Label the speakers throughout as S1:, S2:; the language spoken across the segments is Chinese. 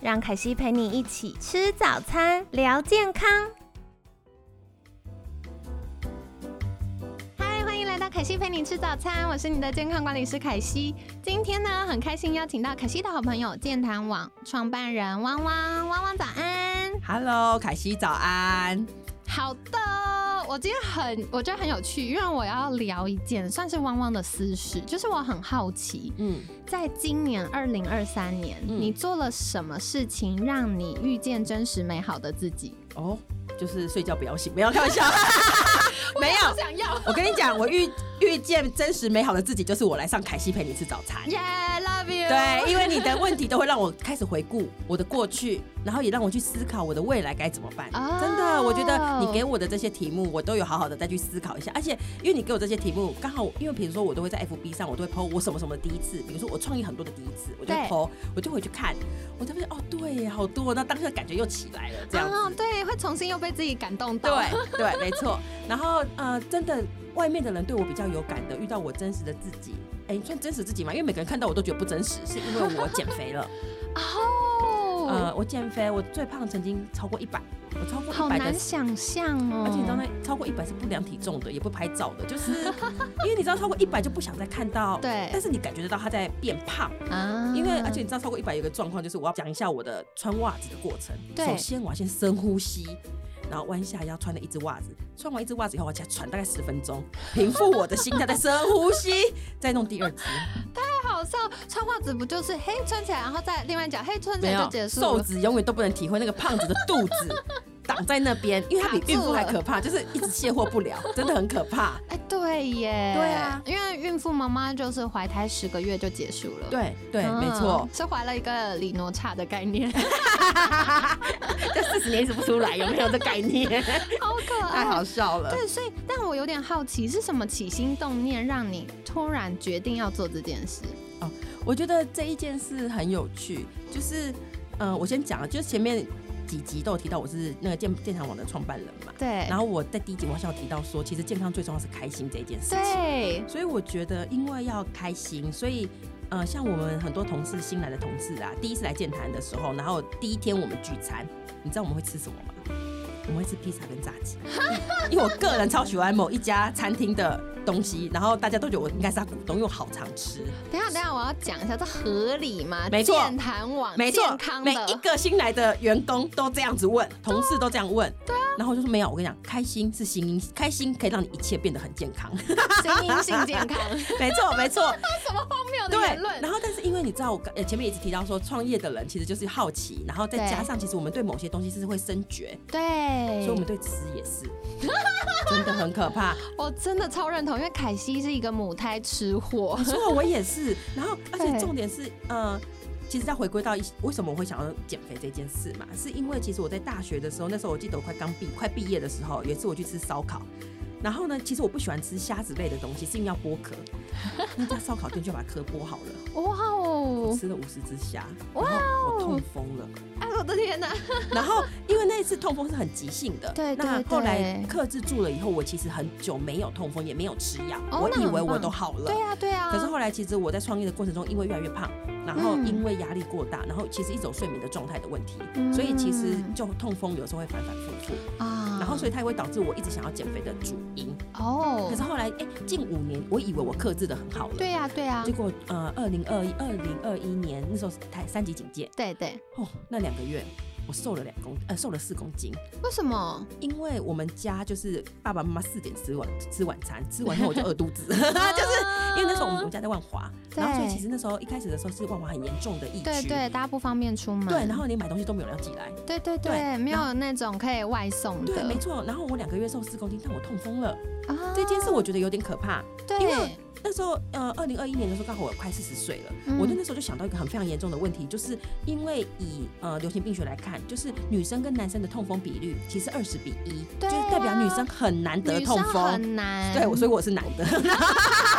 S1: 让凯西陪你一起吃早餐，聊健康。嗨，欢迎来到凯西陪你吃早餐，我是你的健康管理师凯西。今天呢，很开心邀请到凯西的好朋友健谈网创办人汪汪，汪汪早安。
S2: Hello，凯西早安。
S1: 好的，我今天很我觉得很有趣，因为我要聊一件算是汪汪的私事，就是我很好奇，
S2: 嗯，
S1: 在今年二零二三年，
S2: 嗯
S1: 你做了什么事情让你遇见真实美好的自己？
S2: 哦，就是睡觉不要醒，没有开玩笑，没有
S1: 我。想要。
S2: 我跟你讲，我遇遇见真实美好的自己，就是我来上凯西陪你吃早餐。
S1: Yeah, love you。
S2: 对，因为你的问题都会让我开始回顾我的过去，然后也让我去思考我的未来该怎么办。
S1: 哦
S2: 真的，我觉得你给我的这些题目，我都有好好的再去思考一下。而且，因为你给我这些题目，刚好因为比如说我都会在 FB 上，我都会 PO 我什么什么第一次，比如说我创业很多的第一次，我就
S1: 对
S2: PO，我就回去看，我就发现哦，对耶，好多，那当下感觉又起来了，这样子。
S1: 哦，对，会重新又被自己感动到。
S2: 对对，没错。然后呃，真的外面的人对我比较有感的，遇到我真实的自己，哎，你算真实自己吗？因为每个人看到我都觉得不真实，是因为我减肥了。
S1: 哦，
S2: 呃，我减肥，我最胖曾经超过一百，我超过
S1: 好
S2: 一百
S1: 难
S2: 的。
S1: 想象哦。
S2: 而且你知道那超过一百是不量体重的，也不拍照的，就是 因为你知道超过一百就不想再看到，
S1: 对
S2: 但是你感觉得到他在变胖，
S1: 啊
S2: 因为而且你知道超过一百有一个状况，就是我要讲一下我的穿袜子的过程。
S1: 对
S2: 首先我要先深呼吸，然后弯下腰穿了一只袜子，穿完一只袜子以后，我再喘大概十分钟，平复我的心态，再深呼吸，再弄第二只。
S1: 好像穿袜子不就是嘿穿起来，然后再另外一脚嘿穿起来就结束
S2: 瘦
S1: 了。
S2: 子永远都不能体会那个胖子的肚子 挡在那边，因为它比孕妇还可怕，就是一直卸货不 了，真的很可怕。
S1: 哎，对耶，
S2: 对啊，
S1: 因为孕妇妈妈就是怀胎十个月就结束了。
S2: 对对，
S1: 嗯，
S2: 没错，
S1: 是怀了一个里诺差的概 念，
S2: 这四十年一直不出来，有没有这概 念？
S1: 好可爱，
S2: 太好笑了。
S1: 对，所以，但我有点好奇，是什么起心动念让你突然决定要做这件事？
S2: 我觉得这一件事很有趣，就是，呃，我先讲啊，就是前面几集都有提到我是那个健健康网的创办人嘛，
S1: 对
S2: 然后我在第一集我好像有提到说，其实健康最重要是开心这一件事情，
S1: 对，
S2: 所以我觉得因为要开心，所以。呃，像我们很多同事新来的同事啊，第一次来健谈的时候，然后第一天我们聚餐，你知道我们会吃什么吗？我们会吃披萨跟炸鸡，因为我个人超喜欢某一家餐厅的东西，然后大家都觉得我应该是他股东，因为我好常吃。
S1: 等一下等一下，我要讲一下，这合理吗？
S2: 没错
S1: 健谈网，
S2: 没错
S1: 健康，
S2: 每
S1: 的啊
S2: 一个新来的员工都这样子问，同事都这样问。对啊，然后我就说没有，我跟你讲，开心是心因，开心可以让你一切变得很健康。
S1: 声音性健康，
S2: 没错，没错，
S1: 什么荒谬的
S2: 对
S1: 言论？
S2: 然后，但是因为你知道，我刚呃前面一直提到说，创业的人其实就是好奇，然后再
S1: 对
S2: 加上其实我们对某些东西是会深觉，所以我们
S1: 对，
S2: 对吃也是， 真的很可怕。
S1: 我真的超认同，因为凯西是一个母胎吃货，
S2: 哦所以我也是。然后，而且
S1: 对
S2: 重点是，呃，其实要回归到一为什么我会想要减肥这件事嘛，是因为其实我在大学的时候，那时候我记得我快刚毕快毕业的时候，有一次我去吃烧烤。然后呢，其实我不喜欢吃虾子类的东西，是因为要剥 壳。那家烧烤店就把壳剥好了，
S1: 哇哦，
S2: 吃了五十只虾，然
S1: 哇哦
S2: 后我痛疯了。
S1: 哎我的天哪，
S2: 然后因为那一次痛风是很急性的，
S1: 对对
S2: 那后来
S1: 对
S2: 克制住了以后，我其实很久没有痛风，也没有吃药，
S1: 哦
S2: 我
S1: 那
S2: 以
S1: 很
S2: 为我
S1: 棒
S2: 都好了。
S1: 对啊对啊，
S2: 可是后来，其实我在创业的过程中，因为越来越胖，然后
S1: 嗯
S2: 因为压力过大，然后其实一直有睡眠的状态的问题，
S1: 嗯
S2: 所以其实就痛风有时候会反反复复，
S1: 啊
S2: 然后所以它也会导致我一直想要减肥的主因。
S1: 哦
S2: 可是，后来，哎，近五年我以为我克制的很好了，
S1: 对啊呀对呀
S2: 结，果呃，二零二一、二零二一年那时候是台三级警戒，
S1: 对对，
S2: 哦，那两个月我瘦了两公呃瘦了四公斤，
S1: 为什么？
S2: 因为我们家就是爸爸妈妈四点吃晚吃晚 餐，吃完后我就饿肚子，啊就是因为那时候
S1: 啊
S2: 我们我们家在万华，
S3: 嗯
S1: 对
S2: 然后所以其实那时候一开始的时候是万华很严重的疫区，
S1: 对对，大家不方便出门。
S2: 对然后连买东西都没有人要寄来，
S1: 对对
S2: 对
S1: 对，没
S2: 然
S1: 有那种可以外
S3: 嗯
S1: 送的
S2: 对，没错。然后我两个月瘦四公斤，但我痛风了，
S1: 啊
S2: 这件事我觉得有点可怕，因为
S1: 对
S2: 那时候呃，二零二一年的时候刚好我快四十岁了，
S3: 嗯
S2: 我对那时候就想到一个很非常严重的问题，就是因为以呃流行病学来看，就是女生跟男生的痛风比率其实二十比一、
S3: 对啊
S2: 就是代表女生很难得
S3: 女
S2: 痛
S3: 生
S2: 风。
S3: 很难，
S2: 对，我所以我是男的。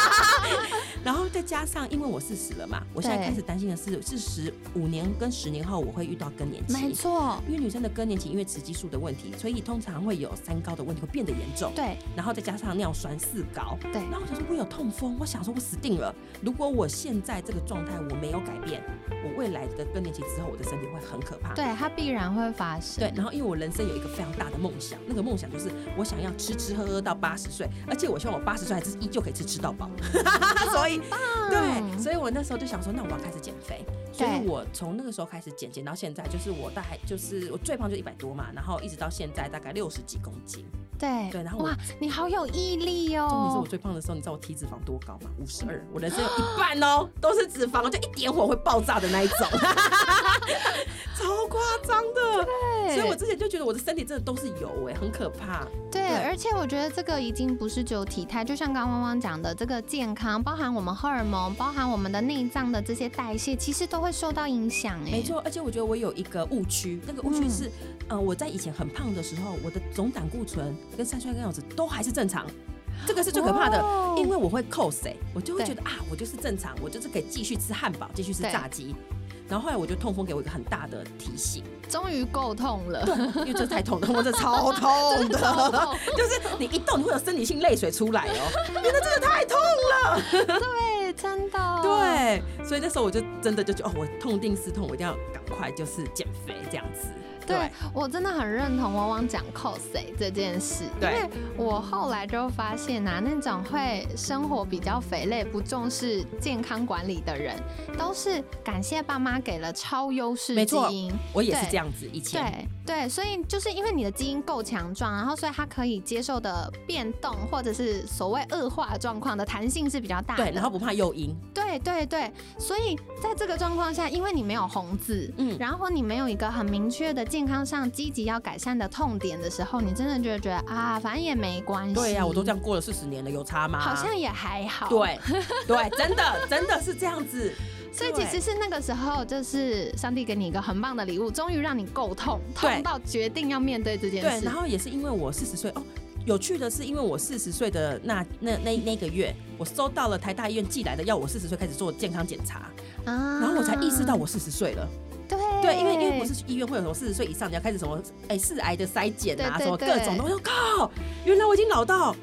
S2: 然后再加上，因为我四十了嘛，我现在
S3: 对
S2: 开始担心的是，是十五年跟十年后我会遇到更年
S3: 没
S2: 期。
S3: 错，
S2: 因为女生的更年期，因为雌激素的问题，所以通常会有三高的问题会变得严重，
S3: 对
S2: 然后再加上尿酸四高。
S3: 对
S2: 然后我想说，我有痛风，我想说我死定了。如果我现在这个状态我没有改变，我未来的更年期之后，我的身体会很可怕。
S3: 对，它必然会发生。
S2: 对，然后因为我人生有一个非常大的梦想，那个梦想就是我想要吃吃喝喝到八十岁，而且我希望我八十岁还是依旧可以吃吃到 饱。所以，对，所以我那时候就想说，那我要开始减肥。所以
S3: 对
S2: 我从那个时候开始减，减到现在，就是我大概就是我最胖就一百多嘛，然后一直到现在大概六十几公斤。
S3: 对
S2: 对然后我
S3: 哇，你好有毅力
S2: 重点是
S3: 哦
S2: 我。最胖的时候，你知道我体脂肪多高吗？五十二，我人生有一半哦 都是脂肪，就一点火会爆炸的那一种， 超夸张的。
S3: 对
S2: 所以我之前就觉得我的身体真的都是油哎、很可怕。
S3: 对
S2: 对，
S3: 而且我觉得这个已经不是只有体态，就像刚刚汪汪讲的，这个健康包含我们荷尔蒙，包含我们的内脏的这些代谢，其实都会受到影响。哎
S2: 没，错，而且我觉得我有一个误区，那个误区
S3: 嗯
S2: 是，呃，我在以前很胖的时候，我的总胆固醇跟三酸甘油酯都还是正常，这个是最可怕的，
S3: 哦
S2: 因为我会扣谁，我就会
S3: 对
S2: 觉得啊，我就是正常，我就是可以继续吃汉堡，继续吃
S3: 对
S2: 炸鸡。然后后来我就痛风给我一个很大的提醒，
S3: 终于够痛了。
S2: 因为这太痛了，我这超 痛的，
S3: 好痛
S2: 就是你一动你会有生理性泪水出来哦，因为那真的太痛
S3: 对，真的。，
S2: 对，所以那时候我就真的就觉得哦，我痛定思痛，我一定要赶快就是减肥这样子。
S3: 对我真的很认同汪汪讲 cos 欸这件事，因
S2: 对
S3: 为我后来就发现啊，那种会生活比较肥累、不重视健康管理的人，都是感谢爸妈给了超优势
S2: 没
S3: 基
S2: 错
S3: 因。
S2: 我也是
S3: 对
S2: 这样子，以前
S3: 对对，所以就是因为你的基因够强壮，然后所以它可以接受的变动或者是所谓恶化状况的弹性是比较大的。
S2: 对，然后不怕诱因，
S3: 对对对，所以在这个状况下，因为你没有红字，
S2: 嗯
S3: 然后你没有一个很明确的健康上积极要改善的痛点的时候，你真的就会觉得啊，反正也没关系。
S2: 对啊呀、我都这样过了四十年了，有差吗？
S3: 好像也还好。，
S2: 对对，真的真的是这样 子，
S3: 所以其实
S2: 对
S3: 是那个时候，就是上帝给你一个很棒的礼物，终于让你够痛，痛
S2: 对
S3: 到决定要面对这件
S2: 对，
S3: 事
S2: 然。后也是因为我四十岁哦。有趣的是，因为我四十岁的那那那那个月，我收到了台大医院寄来的，要我四十岁开始做健康检查，
S3: 啊
S2: 然后我才意识到我四十岁了。
S3: 对
S2: 对，因为因为不是去医院会有什么四十岁以上你要开始什么哎四癌的筛检啊，
S3: 对对
S2: 什么
S3: 对
S2: 各种的，我说靠，原来我已经老到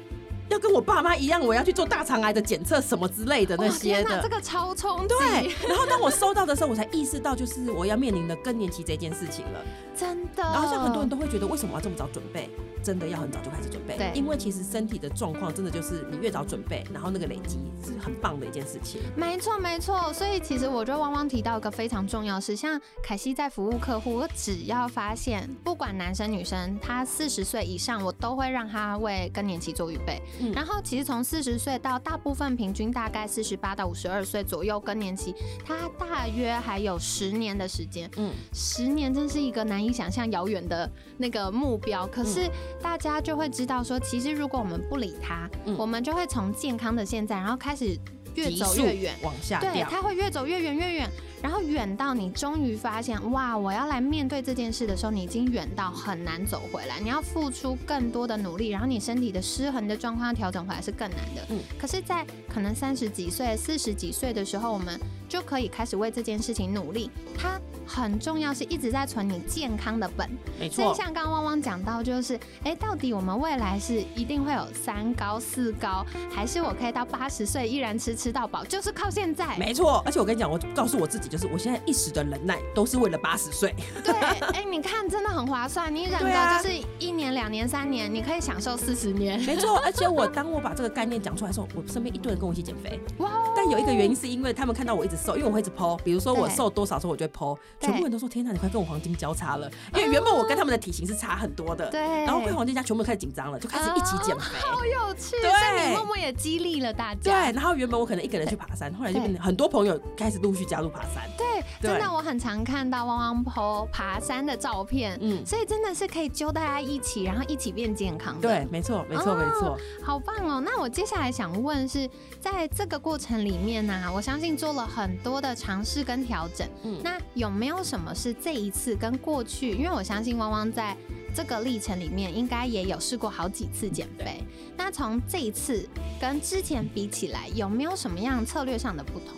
S2: 要跟我爸妈一样，我要去做大肠癌的检测什么之类的那
S3: 哇
S2: 些
S3: 哦天哪
S2: 的。
S3: 这个超冲击，
S2: 对，然后当我收到的时候，我才意识到就是我要面临的更年期这件事情 了。
S3: 真的。
S2: 然后像很多
S3: 哦
S2: 人都会觉得，为什么我要这么早准备？真的要很早就开始准备
S3: 对，
S2: 因为其实身体的状况真的就是你越早准备，然后那个累积是很棒的一件事情。
S3: 没错，没错。所以其实我觉得汪汪提到一个非常重要的事，像凯西在服务客户，我只要发现不管男生女生，他四十岁以上，我都会让他为更年期做预备。
S2: 嗯
S3: 然后其实从四十岁到大部分平均大概四十八到五十二岁左右更年期，他大约还有十年的时间。
S2: 嗯，
S3: 十年真是一个难以想象遥远的那个目标，可
S2: 嗯
S3: 是大家就会知道说，其实如果我们不理他，
S2: 嗯
S3: 我们就会从健康的现在，然后开始越走越远。
S2: 往下
S3: 对，
S2: 掉。
S3: 它会越走越远越远，然后远到你终于发现，哇，我要来面对这件事的时候，你已经远到很难走回来，你要付出更多的努力，然后你身体的失衡的状况要调整回来是更难的。
S2: 嗯
S3: 可是，在可能三十几岁、四十几岁的时候，我们就可以开始为这件事情努力。它很重要，是一直在存你健康的本。
S2: 没
S3: 所以
S2: 错，
S3: 像刚刚汪汪讲到，就是哎、诶到底我们未来是一定会有三高四高，还是我可以到八十岁依然吃吃到饱？就是靠现在。
S2: 没错，而且我跟你讲，我告诉我自己，就是我现在一时的忍耐都是为了八十 岁。
S3: 对，哎、你看真的很划算，你忍
S2: 对啊
S3: 个就是一年、两年、三年，你可以享受四十年。
S2: 没错，而且我当我把这个概念讲出来的时候，我身边一堆人跟我一起减肥。
S3: 哇哦，
S2: 但有一个原因是因为他们看到我一直瘦，因为我会一直剖，比如说我
S3: 对
S2: 瘦多少之后我就会剖，
S3: 对
S2: 全部人都说天哪，你快跟我黄金交叉 了，因为原本我跟他们的体型是差很多的，
S3: 对哦
S2: 然后跟黄金交叉，全部都开始紧张了，就开始一起减 肥。
S3: 好有趣，
S2: 对
S3: 所以你默默也激励了大
S2: 对，
S3: 家。
S2: 然后原本我可能一个人去爬山，后来就变成很多朋友开始陆续加入爬山。
S3: 对，
S2: 对
S3: 真的我很常看到汪汪坡爬山的照片，
S2: 嗯，
S3: 所以真的是可以揪大家一起，然后一起变健康的。
S2: 对，，没错，没错，
S3: 哦
S2: 没错，
S3: 好棒哦！那我接下来想问是在这个过程里面呢、啊我相信做了很多的尝试跟调整。
S2: 嗯
S3: 那有没有什么是这一次跟过去？因为我相信汪汪在这个历程里面应该也有试过好几次减肥。
S2: 嗯
S3: 那从这一次跟之前比起来，有没有什么样策略上的不同？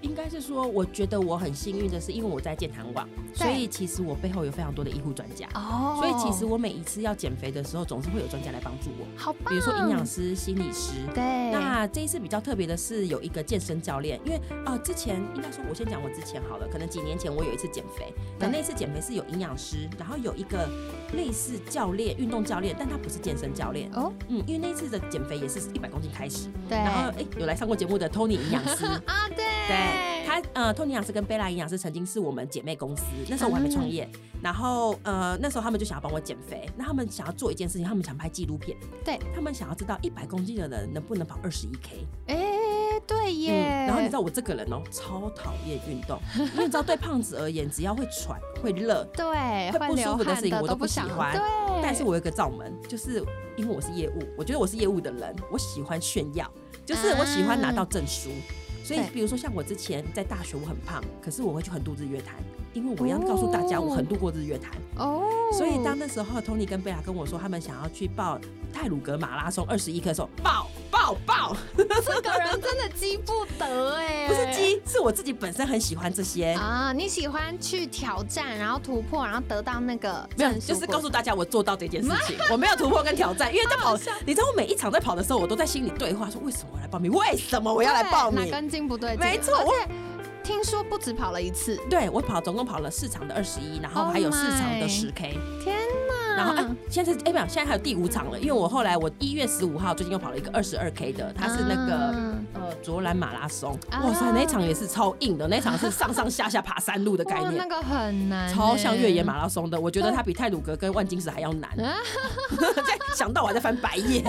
S2: 应该是说，我觉得我很幸运的是，因为我在健谈网，所以其实我背后有非常多的医护专家，
S3: 哦
S2: 所以其实我每一次要减肥的时候，总是会有专家来帮助我，
S3: 好棒，
S2: 比如说营养师、心理师。
S3: 嗯对，
S2: 那这一次比较特别的是，有一个健身教练，因为啊、呃之前应该说，我先讲我之前好了，可能几年前我有一次减肥，但
S3: 对
S2: 那次减肥是有营养师，然后有一个类似教练、运动教练，但他不是健身教练，
S3: 哦
S2: 嗯，因为那次的减肥也是一百公斤开始，
S3: 对
S2: 然后哎、有来上过节目的 Tony 营养师，
S3: 啊对
S2: 对，他呃，托尼营养师跟贝拉营养师曾经是我们姐妹公司，那时候我还没创业，然后呃，那时候他们就想要帮我减肥，那他们想要做一件事情，他们想拍纪录片，
S3: 对，
S2: 他们想要知道一百公斤的人能不能跑二十一 K，
S3: 哎、对耶、
S2: 嗯然后你知道我这个人哦，超讨厌运动，因为你知道对胖子而言，只要会喘会热，
S3: 对
S2: 会不
S3: 流
S2: 舒服的
S3: 汗
S2: 事情我
S3: 都
S2: 都不喜
S3: 想
S2: 欢
S3: 对，
S2: 但是我有一个罩门，就是因为我是业务，我觉得我是业务的人，我喜欢炫耀，就是我喜欢拿到证书。所以
S3: 啊对，
S2: 比如说像我之前在大学我很胖，可是我会去横渡日月潭，因为我要告诉大家我横渡过日月潭。
S3: 哦，
S2: 所以当那时候 Tony 跟贝拉跟我说他们想要去报泰鲁格马拉松二十一克的时候，爆爆爆，
S3: 这个人真的激不得哎、
S2: 不是鸡，是我自己本身很喜欢这些。
S3: 啊！你喜欢去挑战，然后突破，然后得到那个
S2: 没有，
S3: 证书
S2: 就是
S3: 过
S2: 告诉大家我做到这件事情，我没有突破跟挑战，因为在跑，你知道我每一场在跑的时候，我都在心里对话说为什么我来报名，为什么我要来报
S3: 对
S2: 名
S3: 哪？根筋不对劲？
S2: 没错
S3: 而且听说不止跑了一次，
S2: 对我跑总共跑了四场的二十一，然后还有
S3: Oh my 嗯
S2: 四场的十 K，
S3: 天哪！
S2: 然后哎、现在是哎没有，现在还有第五场了，因为我后来我一月十五号最近又跑了一个二十二 K 的，它是那个。
S3: 嗯
S2: 呃，卓兰马拉松，
S3: 啊
S2: 哇塞，那一场也是超硬的，那一场是上上下下爬山路的概
S3: 哇，那
S2: 念，
S3: 个很难欸，
S2: 超像越野马拉松的。我觉得它比泰鲁格跟万金石还要难。
S3: 啊
S2: 在想到我还在翻白 眼。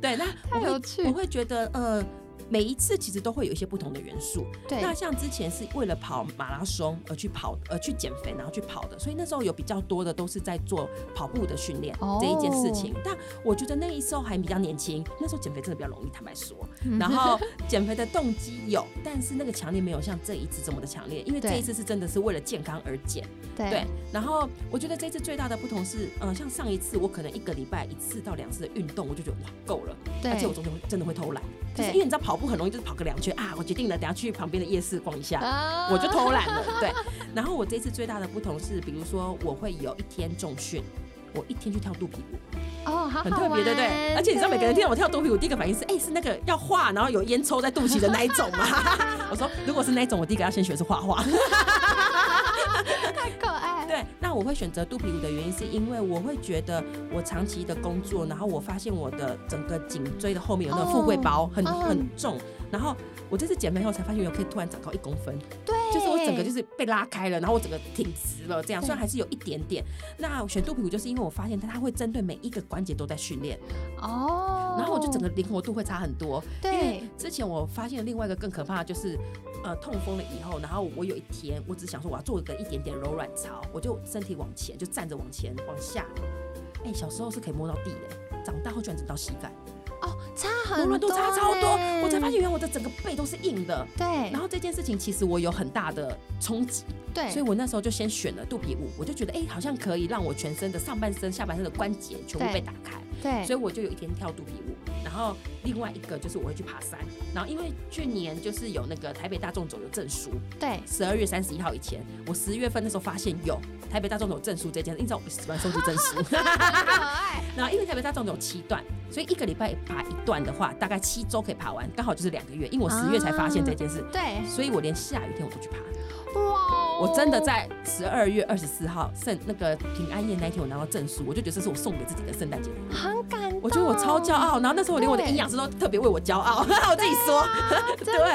S2: 对，那我
S3: 太有
S2: 会
S3: 趣
S2: 我会觉得呃，每一次其实都会有一些不同的元素。
S3: 对
S2: 那像之前是为了跑马拉松而去跑，而去减肥，然后去跑的，所以那时候有比较多的都是在做跑步的训练、
S3: 哦
S2: 这一件事情。但我觉得那时候还比较年轻，那时候减肥真的比较容易，坦白说
S3: 嗯。
S2: 然后减肥的动机有，但是那个强烈没有像这一次这么的强烈，因为
S3: 对
S2: 这一次是真的是为了健康而减。
S3: 对
S2: 对，然后我觉得这次最大的不同是，呃，像上一次我可能一个礼拜一次到两次的运动，我就觉得哇够了，
S3: 对
S2: 而且我中间会真的会偷懒，就是
S3: 对
S2: 因为你知道跑步很容易就是跑个两圈啊，我决定了，等下去旁边的夜市逛一下，
S3: 啊
S2: 我就偷懒了。对，然后我这次最大的不同是，比如说我会有一天重训。我一天去跳肚皮舞，
S3: 哦，好
S2: 很
S3: 好
S2: 特别，对不
S3: 玩
S2: 对？而且你知道每个人听
S3: 对
S2: 到我跳肚皮舞，第一个反应是，哎、是那个要画，然后有烟抽在肚脐的那一种吗？ 我说，如果是那一种，我第一个要先学是画画。
S3: 太可爱，
S2: 对，那我会选择肚皮舞的原因是因为我会觉得我长期的工作，然后我发现我的整个颈椎的后面有那个富贵包很、
S3: 哦
S2: 很重，然后我这次减肥后才发现我可以突然长高一公分，
S3: 对，
S2: 就是我整个就是被拉开了，然后我整个挺直了，这样
S3: 对
S2: 虽然还是有一点点。那我选肚皮舞就是因为我发现它它会针对每一个关节都在训练，
S3: 哦，
S2: 然后我就整个灵活度会差很多。因为
S3: 对
S2: 之前我发现另外一个更可怕的就是，呃，痛风了以后，然后我有一天，我只想说我要做一个一点点柔软操，我就身体往前，就站着往前往下。哎、小时候是可以摸到地的，长大后居然只到膝盖，
S3: 哦差
S2: 柔
S3: 很
S2: 软度差超多，
S3: 欸
S2: 我才发现原来我的整个背都是硬的。
S3: 对
S2: 然，后这件事情其实我有很大的冲击，
S3: 对，
S2: 所以我那时候就先选了肚皮舞，我就觉得哎、好像可以让我全身的上半身、下半身的关节全部
S3: 对
S2: 被打开。
S3: 对，
S2: 所以我就有一天跳肚皮舞，然后另外一个就是我会去爬山，然后因为去年就是有那个台北大众走有证书，
S3: 对，
S2: 十二月三十一号以前，我十月份那时候发现有台北大众走证书这件事，你知道我喜欢收集证书，
S3: 很可爱，
S2: 然后因为台北大众走有七段，所以一个礼拜爬一段的话，大概七周可以爬完，刚好就是两个月，因为我十月才发现这件事，
S3: 对，
S2: 所以我连下雨天我都去爬。
S3: 哇，哦
S2: 我真的在十二月二十四号圣那个平安夜那一天，我拿到证书，我就觉得这是我送给自己的圣诞节礼物。
S3: 很感动，
S2: 我觉得我超骄
S3: 哦
S2: 傲，然后那时候我连我的营养师都特别为我骄傲， 我自己说。
S3: 啊真的，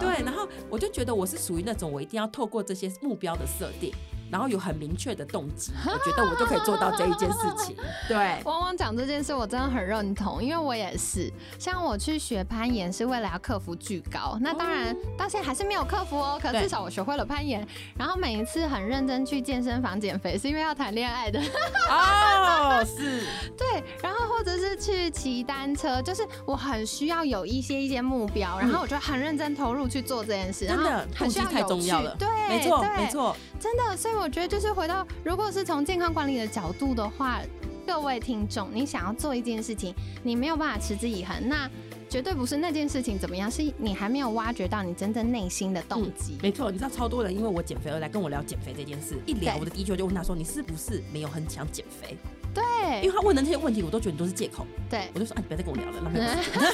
S2: 对，然后我就觉得我是属于那种我一定要透过这些目标的设定，然后有很明确的动 机，我觉得我就可以做到这一件事情。对，
S3: 汪汪讲这件事，我真的很认同，因为我也是，像我去学攀岩是为了要克服巨高，那当然到现在还是没有克服哦，可
S2: 哦对
S3: 至少我学会了攀岩。然后每一次很认真去健身房减肥，是因为要谈恋爱的，
S2: 哦，是，
S3: 对。然后或者是去骑单车，就是我很需要有一些一些目标，然后我就很认真投入去做这件事，
S2: 嗯真的
S3: 然后很需要
S2: 动机太重要了
S3: 有趣对，
S2: 没错，
S3: 对
S2: 没错，
S3: 真的，所以我觉得就是回到，如果是从健康管理的角度的话，各位听众，你想要做一件事情，你没有办法持之以恒，那绝对不是那件事情怎么样，是你还没有挖掘到你真正内心的动机。
S2: 没错。你知道超多人因为我减肥而来跟我聊减肥这件事，一聊
S3: 对
S2: 我的第一句话就问他说：“你是不是没有很想减肥？”因
S3: 对
S2: 为他问的那些问题，我都觉得你都是借口。
S3: 对，
S2: 我就说：“啊，你不要再跟我聊了，浪费我时间。”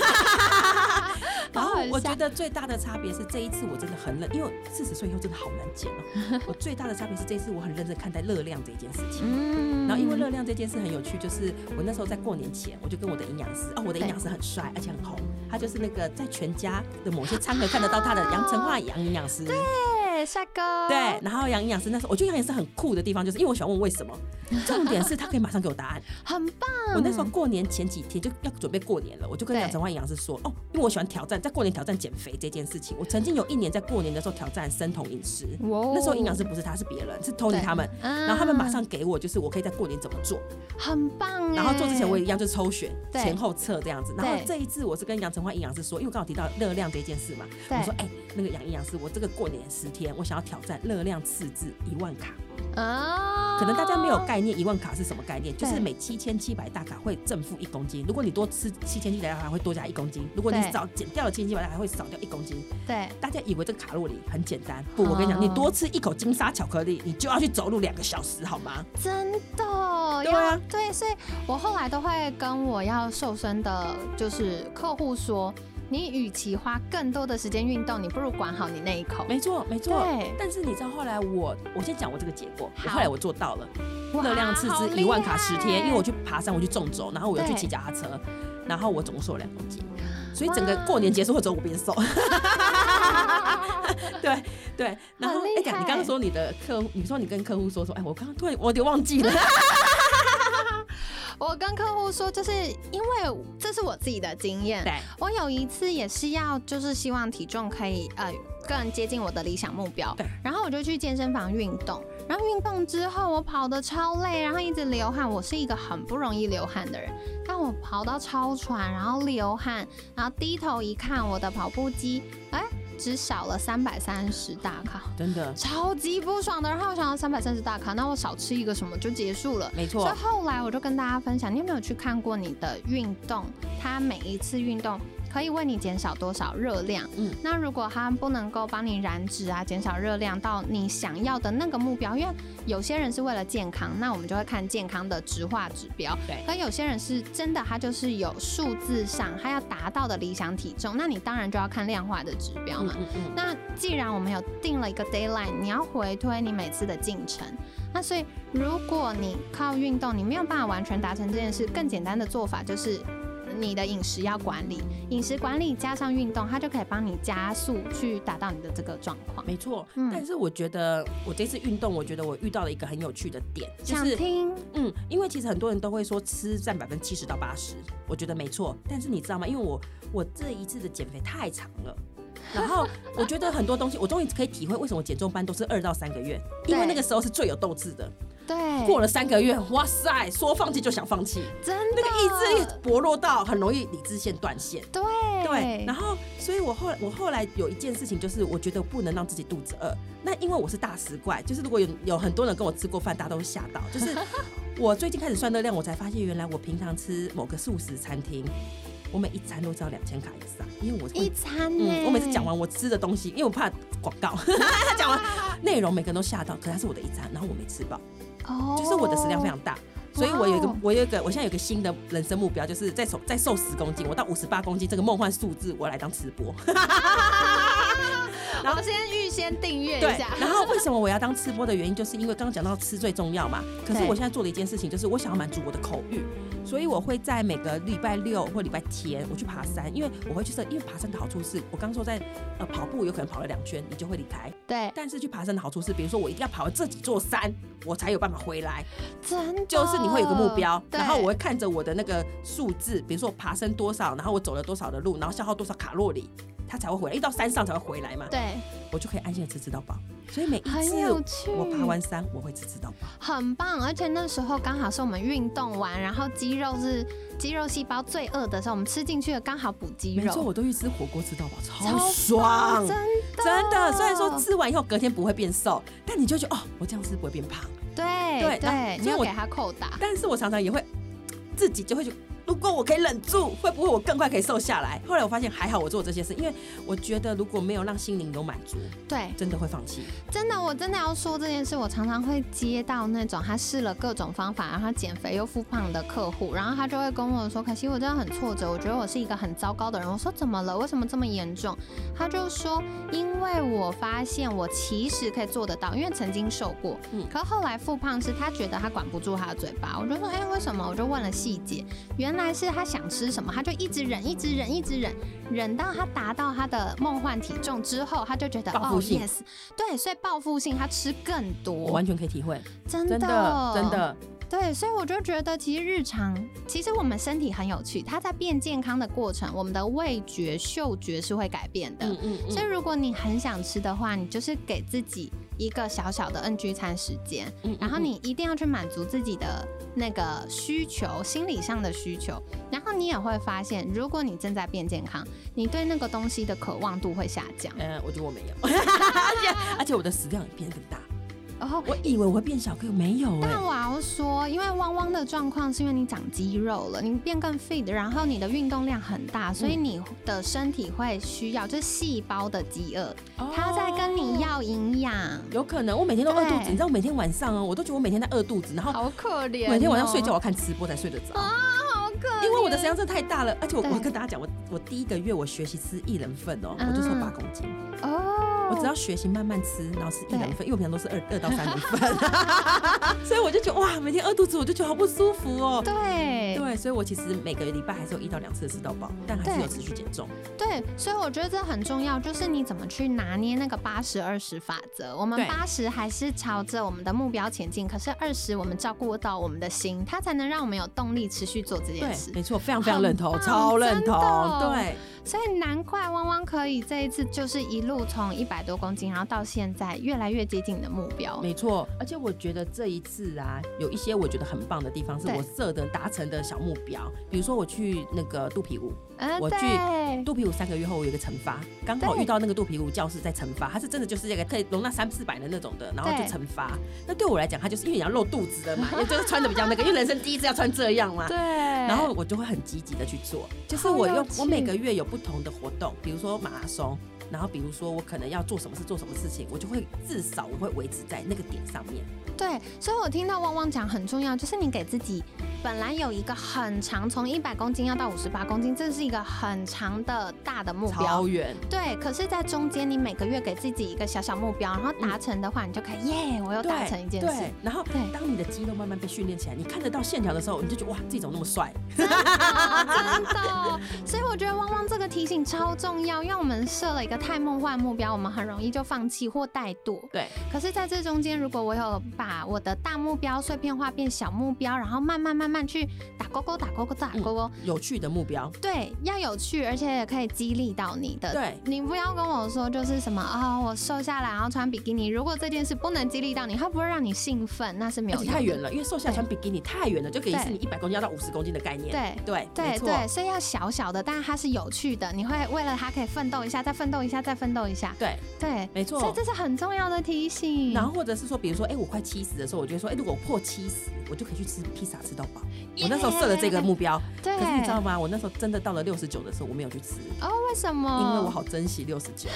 S2: 然后我觉得最大的差别是这一次我真的很认，因为四十岁以后真的好难减哦。 我最大的差别是这一次我很认真看待热量这件事情。
S3: 嗯
S2: 然后因为热量这件事很有趣，就是我那时候在过年前，我就跟我的营养师，哦，我的营养师很帅，而且很红，
S3: 嗯
S2: 他就是那个在全家的某些餐盒看得到他的杨成化杨营养师。
S3: 对哦帅哥，
S2: 对，然后杨营养师那时候，我觉得杨营养师很酷的地方，就是因为我喜欢问为什么，重点是他可以马上给我答案。
S3: 很棒。
S2: 我那时候过年前几天就要准备过年了，我就跟
S3: 对
S2: 杨成焕营养师说，哦，因为我喜欢挑战，在过年挑战减肥这件事情。我曾经有一年在过年的时候挑战生酮饮食，
S3: 哇哦
S2: 那时候营养师不是他是别人，是 Tony 他们。
S3: 嗯
S2: 然后他们马上给我，就是我可以在过年怎么做。
S3: 很棒哎，
S2: 然后做之前我也一样，就是抽血
S3: 对
S2: 前后测这样子。然后
S3: 对
S2: 这一次我是跟杨成焕营养师说，因为我刚好提到热量这件事嘛，
S3: 对
S2: 我说哎、那个杨营养师，我这个过年十天，我想要挑战热量赤字一万卡。
S3: 啊
S2: 可能大家没有概念，一万卡是什么概念？就是
S3: 对
S2: 每七千七百大卡会正负一公斤。如果你多吃七千七百大卡，会多加一公斤；如果你
S3: 对
S2: 少减掉了七千七百大卡，会少掉一公斤。
S3: 对
S2: 大家以为这个卡路里很简单，不，我跟你讲，
S3: 哦
S2: 你多吃一口金沙巧克力，你就要去走路两个小时，好吗？
S3: 真的哦，
S2: 对啊
S3: 要对，所以我后来都会跟我要瘦身的，就是客户说，你与其花更多的时间运动，你不如管好你那一口。
S2: 没错，没错
S3: 对。
S2: 但是你知道后来我，我先讲我这个结果，我
S3: 好
S2: 后来我做到了。
S3: 哇
S2: 热量赤
S3: 好
S2: 字
S3: 厉
S2: 一万卡十天，
S3: 害
S2: 因为我去爬山，我去纵走，然后我又去
S3: 对
S2: 骑脚踏车，然后我总共瘦了两公斤，所以整个过年结束后，只有我变瘦。对对，然后
S3: 很厉
S2: 哎，讲、你刚
S3: 害
S2: 刚说你的客户，你说你跟客户说说，哎、我刚刚突然我有点忘记了，
S3: 我跟客户说，就是因为这是我自己的经验，
S2: 对，
S3: 我有一次也是要，就是希望体重可以呃更接近我的理想目标
S2: 对，
S3: 然后我就去健身房运动，然后运动之后我跑得超累，然后一直流汗，我是一个很不容易流汗的人，但我跑到超喘，然后流汗，然后低头一看我的跑步机，哎，只少了三百三十大卡。
S2: 真的
S3: 超级不爽的，然后我想要三百三十大卡，那我少吃一个什么就结束了。
S2: 没
S3: 所
S2: 错
S3: 以，后来我就跟大家分享，你有没有去看过你的运动？它每一次运动可以为你减少多少热量？
S2: 嗯
S3: 嗯，那如果它不能够帮你燃脂啊，减少热量到你想要的那个目标，因为有些人是为了健康，那我们就会看健康的质化指标。
S2: 对
S3: 可有些人是真的，他就是有数字上他要达到的理想体重，那你当然就要看量化的指标嘛。
S2: 嗯嗯嗯，
S3: 那既然我们有定了一个 d a y l i n e 你要回推你每次的进程。那所以，如果你靠运动，你没有办法完全达成这件事，更简单的做法就是你的饮食要管理，饮食管理加上运动，它就可以帮你加速去达到你的这个状况。
S2: 没错。
S3: 嗯
S2: 但是我觉得我这次运动，我觉得我遇到了一个很有趣的点，就
S3: 想
S2: 是
S3: 听？
S2: 嗯，因为其实很多人都会说吃占百分之七十到八十，我觉得没错。但是你知道吗？因为我我这一次的减肥太长了。然后我觉得很多东西，我终于可以体会为什么减重班都是二到三个月，因为
S3: 对
S2: 那个时候是最有斗志的。
S3: 对，
S2: 过了三个月，哇塞，说放弃就想放弃，
S3: 真
S2: 那
S3: 的
S2: 个意志力薄弱到很容易理智线断线。
S3: 对
S2: 对，然
S3: 后
S2: 后，所以我后来我后来有一件事情，就是我觉得不能让自己肚子饿。那因为我是大食怪，就是如果有有很多人跟我吃过饭，大家都会吓到。就是我最近开始算热量，我才发现原来我平常吃某个素食餐厅，我每一餐都是要两千卡以上，因为我
S3: 一
S2: 会。
S3: 餐呢、
S2: 嗯，我每次讲完我吃的东西，因为我怕广告， 讲完内容每个人都吓到，可是它是我的一餐，然后我没吃饱，
S3: 哦
S2: 就是我的食量非常大，所以我有一个
S3: 哇哦
S2: 我有一个我现在有一个新的人生目标，就是再瘦再瘦十公斤，我到五十八公斤这个梦幻数字，我来当吃播。
S3: 然后先预先订阅
S2: 对
S3: 一下，，
S2: 然后为什么我要当吃播的原因，就是因为刚刚讲到吃最重要嘛。可是
S3: 对
S2: 我现在做的一件事情，就是我想要满足我的口欲，所以我会在每个礼拜六或礼拜天我去爬山，因为我会去这，因为爬山的好处是我刚说在呃跑步有可能跑了两圈你就会离开，
S3: 对，
S2: 但是去爬山的好处是，比如说我一定要跑完这几座山，我才有办法回来，
S3: 真的
S2: 就是你会有个目标，
S3: 哦对
S2: 然后我会看着我的那个数字，比如说我爬升多少，然后我走了多少的路，然后消耗多少卡路里，它才会回来，一到山上才会回来嘛。
S3: 对，
S2: 我就可以安心的吃吃到饱。所以每一
S3: 很有
S2: 次
S3: 趣。
S2: 我爬完山，我会吃吃到饱。
S3: 很棒，而且那时候刚好是我们运动完，然后肌肉是肌肉细胞最饿的时候，我们吃进去的刚好补肌
S2: 没错，
S3: 肉，
S2: 我都去吃火锅吃到饱，超
S3: 超
S2: 爽，
S3: 哦真的
S2: 真的。虽然说吃完以后隔天不会变瘦，但你就觉得哦，我这样吃不会变胖。对
S3: 对
S2: 然
S3: 对，
S2: 后
S3: 你
S2: 所以
S3: 有
S2: 我
S3: 给它扣打，
S2: 但是我常常也会自己就会去。如果我可以忍住，会不会我更快可以瘦下来？后来我发现还好，我做这些事，因为我觉得如果没有让心灵有满足，
S3: 对，
S2: 真的会放弃。
S3: 真的，我真的要说这件事，我常常会接到那种他试了各种方法，然后他减肥又复胖的客户，然后他就会跟我说：“可惜我真的很挫折，我觉得我是一个很糟糕的人。”我说：“怎么了？为什么这么严重？”他就说：“因为我发现我其实可以做得到，因为曾经瘦过，
S2: 嗯
S3: 可后来复胖是他觉得他管不住他的嘴巴。”我就说：“哎、为什么？”我就问了细节，原来是他想吃什么，他就一直忍，一直忍，一直忍，忍到他达到他的梦幻体重之后，他就觉得
S2: 报复
S3: 哦
S2: 性
S3: ，yes。对，所以报复性他吃更
S2: 我
S3: 多
S2: 完，全可以体会，
S3: 真的
S2: 真的真的，
S3: 对，所以我就觉得其实日常，其实我们身体很有趣，它在变健康的过程，我们的味觉、嗅觉是会改变的。
S2: 嗯嗯
S3: 所以
S2: 嗯
S3: 如果你很想吃的话，你就是给自己一个小小的 NG 餐时间，
S2: 嗯
S3: 然后
S2: 嗯
S3: 你一定要去满足自己的那个需求，心理上的需求。然后你也会发现，如果你正在变健康，你对那个东西的渴望度会下降。
S2: 呃，我觉得我没有， 而且而且我的食量也变得更大。
S3: 然后
S2: 我以为我会变小，可我没有哎、
S3: 但我要说，因为汪汪的状况是因为你长肌肉了，你变更 fit，然后你的运动量很大，所以你的身体会需要，就是细胞的饥饿，它在跟你
S2: 哦。
S3: 要营养，
S2: 有可能我每天都饿肚子，
S3: 对
S2: 你知道我每天晚上哦，我都觉得我每天在饿肚子，然后
S3: 好可怜、哦
S2: 每天晚上睡觉我，要看直播才睡得着，
S3: 好可怜，
S2: 因为我的食量真的太大了，而且我
S3: 对
S2: 我跟大家讲，我我第一个月我学习吃一人份哦，
S3: 嗯
S2: 我就瘦八公斤，
S3: 哦，
S2: 我只要学习慢慢吃，然后吃一人份，因为我平常都是二二到三人 份，所以我就觉得哇，每天饿肚子我就觉得好不舒服哦。
S3: 对
S2: 对，所以我其实每个礼拜还是有一到两次的吃到饱，但还是
S3: 对
S2: 有持续减重。
S3: 对，所以我觉得这很重要，就是你怎么去拿捏那个八十二十法则。我们
S2: 对
S3: 八十还是朝着我们的目标前进，可是二十我们照顾到我们的心，它才能让我们有动力持续做这件
S2: 对
S3: 事，。
S2: 没错，非常非常认同，
S3: 很棒
S2: 超认同
S3: 真的。
S2: 对，
S3: 所以难怪汪汪可以这一次就是一路从一百多公斤，然后到现在越来越接近你的目标。
S2: 没错，而且我觉得这一次啊，有一些我觉得很棒的地方，是
S3: 对
S2: 我设的达成的小目标。比如说我去那个肚皮舞，
S3: 呃
S2: 我去
S3: 对
S2: 肚皮舞三个月后我有一个惩罚，刚好
S3: 对
S2: 遇到那个肚皮舞教室在惩罚，它是真的就是这个可以容纳三四百人那种的，然后就
S3: 对
S2: 惩罚。那对我来讲，它就是因为你要露肚子了嘛，因为就是穿的比较那个，因为人生第一次要穿这样嘛。
S3: 对，
S2: 然
S3: 然
S2: 后我就会很积极的去做，就是
S3: 哎好
S2: 我
S3: 有
S2: 用我每
S3: 趣
S2: 个月有不同的活动，比如说马拉松，然后比如说我可能要做什么事做什么事情，我就会至少我会维持在那个点上面。
S3: 对，所以我听到汪汪讲很重要，就是你给自己本来有一个很长，从一百公斤要到五十八公斤，这是一个很长的大的目标
S2: 超。远，
S3: 对，可是，在中间你每个月给自己一个小小目标，然后达成的话，你就可以耶，我又
S2: 对，
S3: 达成一件事
S2: 对。，然后
S3: 对
S2: 当你的肌肉慢慢被训练起来，你看得到线条的时候，你就觉得哇，自己怎么那么帅？
S3: 真的，所以我觉得汪汪这个提醒超重要，因为我们设了一个太梦幻目标，我们很容易就放弃或怠惰。
S2: 对，
S3: 可是在这中间，如果我有把我的大目标碎片化变小目标，然后慢慢慢慢去打勾勾、打勾勾、打勾勾，
S2: 有趣的目标，
S3: 对，要有趣，而且也可以激励到你的。
S2: 对
S3: 你不要跟我说就是什么啊、我瘦下来然后穿比基尼，如果这件事不能激励到你，它不会让你兴奋，那是没
S2: 而且
S3: 有用的
S2: 太远了，因为瘦下来穿比基尼太远了，就可以
S3: 对
S2: 是你一百公斤要到五十公斤的概念。
S3: 对。
S2: 对没
S3: 对
S2: 错，
S3: 对，所以要小小的，但它是有趣的，你会为了它可以奋斗一下，再奋斗一下，再奋斗一下。
S2: 对，
S3: 对，
S2: 没错
S3: 所以这是很重要的提醒。
S2: 然后或者是说，比如说，哎、我快七十的时候，我就会说，哎、如果我破七十，我就可以去吃披萨吃到饱。我那时候设了这个目标，
S3: 对，
S2: 可是你知道吗？我那时候真的到了六十九的时候，我没有去吃，
S3: 哦，为什么？
S2: 因为我好珍惜六十九，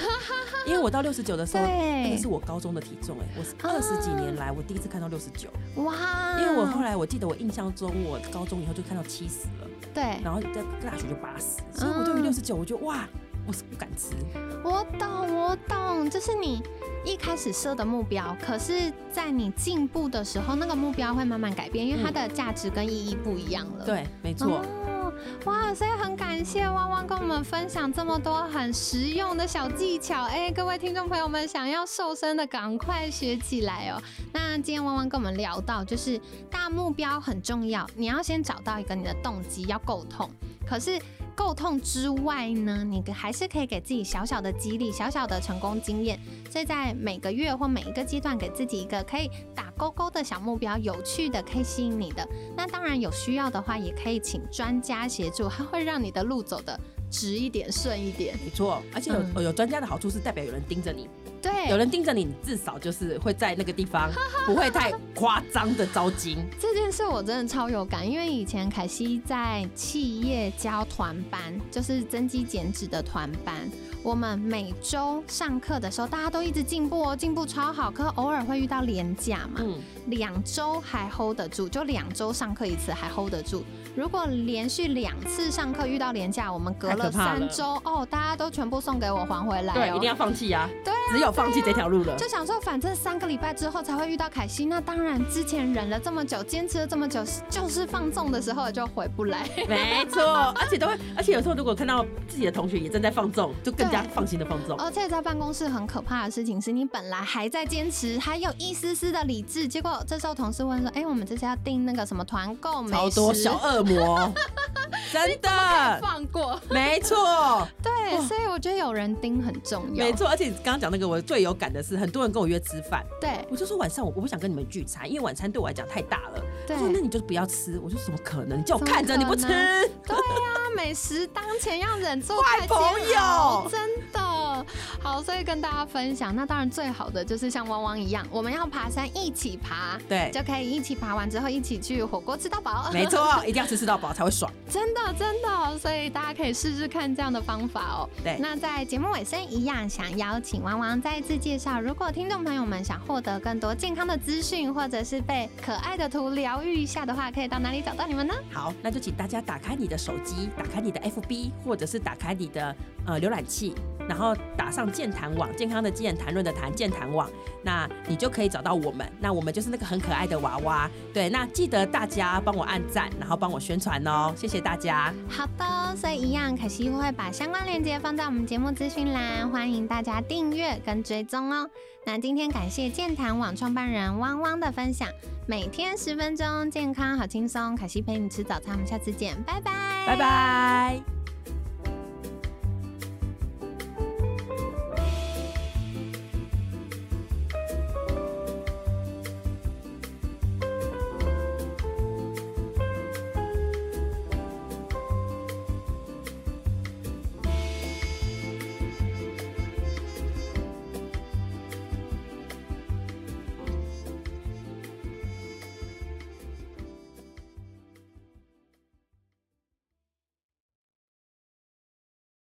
S2: 因为我到六十九的时候。那个
S3: 对
S2: 是，我高中的体重哎、我是
S3: 啊嗯
S2: 二十几年来我第一次看到六十九，
S3: 哇，
S2: 因为我后来我记得我印象中我高中以后就看到七十了，
S3: 对嗯
S2: 然后在大学就八十，所以我对于六十九我觉得哇，我是不敢吃。
S3: 我懂，我懂，就是你一开始设的目标，可是在你进步的时候，那个目标会慢慢改变，因
S2: 嗯
S3: 为它的价值跟意义不一样了。，
S2: 对，没错。
S3: 哦，哇，所以很感谢汪汪跟我们分享这么多很实用的小技巧。哎，各位听众朋友们，想要瘦身的赶快学起来哦。那今天汪汪跟我们聊到，就是大目标很重要，你要先找到一个你的动机，要够痛。可是够痛之外呢，你还是可以给自己小小的激励、小小的成功经验。所以在每个月或每一个阶段，给自己一个可以打勾勾的小目标，有趣的、可以吸引你的。那当然有需要的话，也可以请专家协助，它会让你的路走得直一点、顺一点。
S2: 没错，而且有、
S3: 嗯
S2: 有专家的好处是代表有人盯着你，
S3: 对，
S2: 有人盯着你，你至少就是会在那个地方不会太夸张的招金。
S3: 这件事我真的超有感，因为以前凯西在企业教团班，就是增肌减脂的团班。我们每周上课的时候，大家都一直进步哦，进步超好。可偶尔会遇到廉价嘛，
S2: 嗯，
S3: 两周还 hold 得住，就两周上课一次还 hold 得住。如果连续两次上课遇到廉价，我们隔
S2: 太
S3: 了
S2: 可怕了
S3: 三周哦，大家都全部送给我还回来、哦。
S2: 对，一定要放弃啊。
S3: 对
S2: 只有放弃这条路了。
S3: 就想说，反正三个礼拜之后才会遇到凯西，那当然之前忍了这么久，坚持了这么久，就是放纵的时候就回 不来。
S2: 没错，而且都会，而且有时候如果看到自己的同学也正在放纵，就更加
S3: 对
S2: 放心的放纵。
S3: 而且在办公室很可怕的事情是，你本来还在坚持，还有一丝丝的理智，结果这时候同事问说：“哎、我们这次要订那个什么团购美
S2: 超
S3: 食？”
S2: 多小恶 魔，真的，
S3: 放过。
S2: 没错，
S3: 对，
S2: 哇
S3: 所以我觉得有人盯很重要。
S2: 没，错。而且你刚刚讲那个，我最有感的是，很多人跟我约吃饭，
S3: 对
S2: 我就说晚上我我不想跟你们聚餐，因为晚餐对我来讲太大了。
S3: 对
S2: 他说那你就不要吃，我说怎么可能？你叫我看着
S3: 怎
S2: 你
S3: 么
S2: 不
S3: 可
S2: 吃，
S3: 能对啊，美食当前要忍住
S2: 坏
S3: 太煎熬
S2: 朋友
S3: 真的好，所以跟大家分享。那当然最好的就是像汪汪一样，我们要爬山一起爬，
S2: 对，
S3: 就可以一起爬完之后一起去火锅吃到 饱。
S2: 没错，一定要吃吃到饱才会爽。
S3: 真的真的，所以大家可以试试看这样的方法哦。
S2: 对
S3: 那在节目尾声一样，想邀请汪汪再次介绍，如果听众朋友们想获得更多健康的资讯，或者是被可爱的图疗愈一下的话，可以到哪里找到你们呢？
S2: 好，那就请大家打开你的手机，打开你的 FB，或者是打开你的呃浏览器，然后打上健谈网，健康的健，谈论的谈，健谈网，那你就可以找到我们。那我们就是那个很可爱的娃娃。对，那记得大家帮我按赞，然后帮我宣传哦，谢谢大家。
S3: 好的，所以一样，可惜会把相关链接放在我们节目资讯栏，欢迎大家订阅跟追踪哦。那今天感谢健谈网创办人汪汪的分享，每天十分钟，健康好轻松。可惜陪你吃早餐，我们下次见，拜拜，
S2: 拜拜。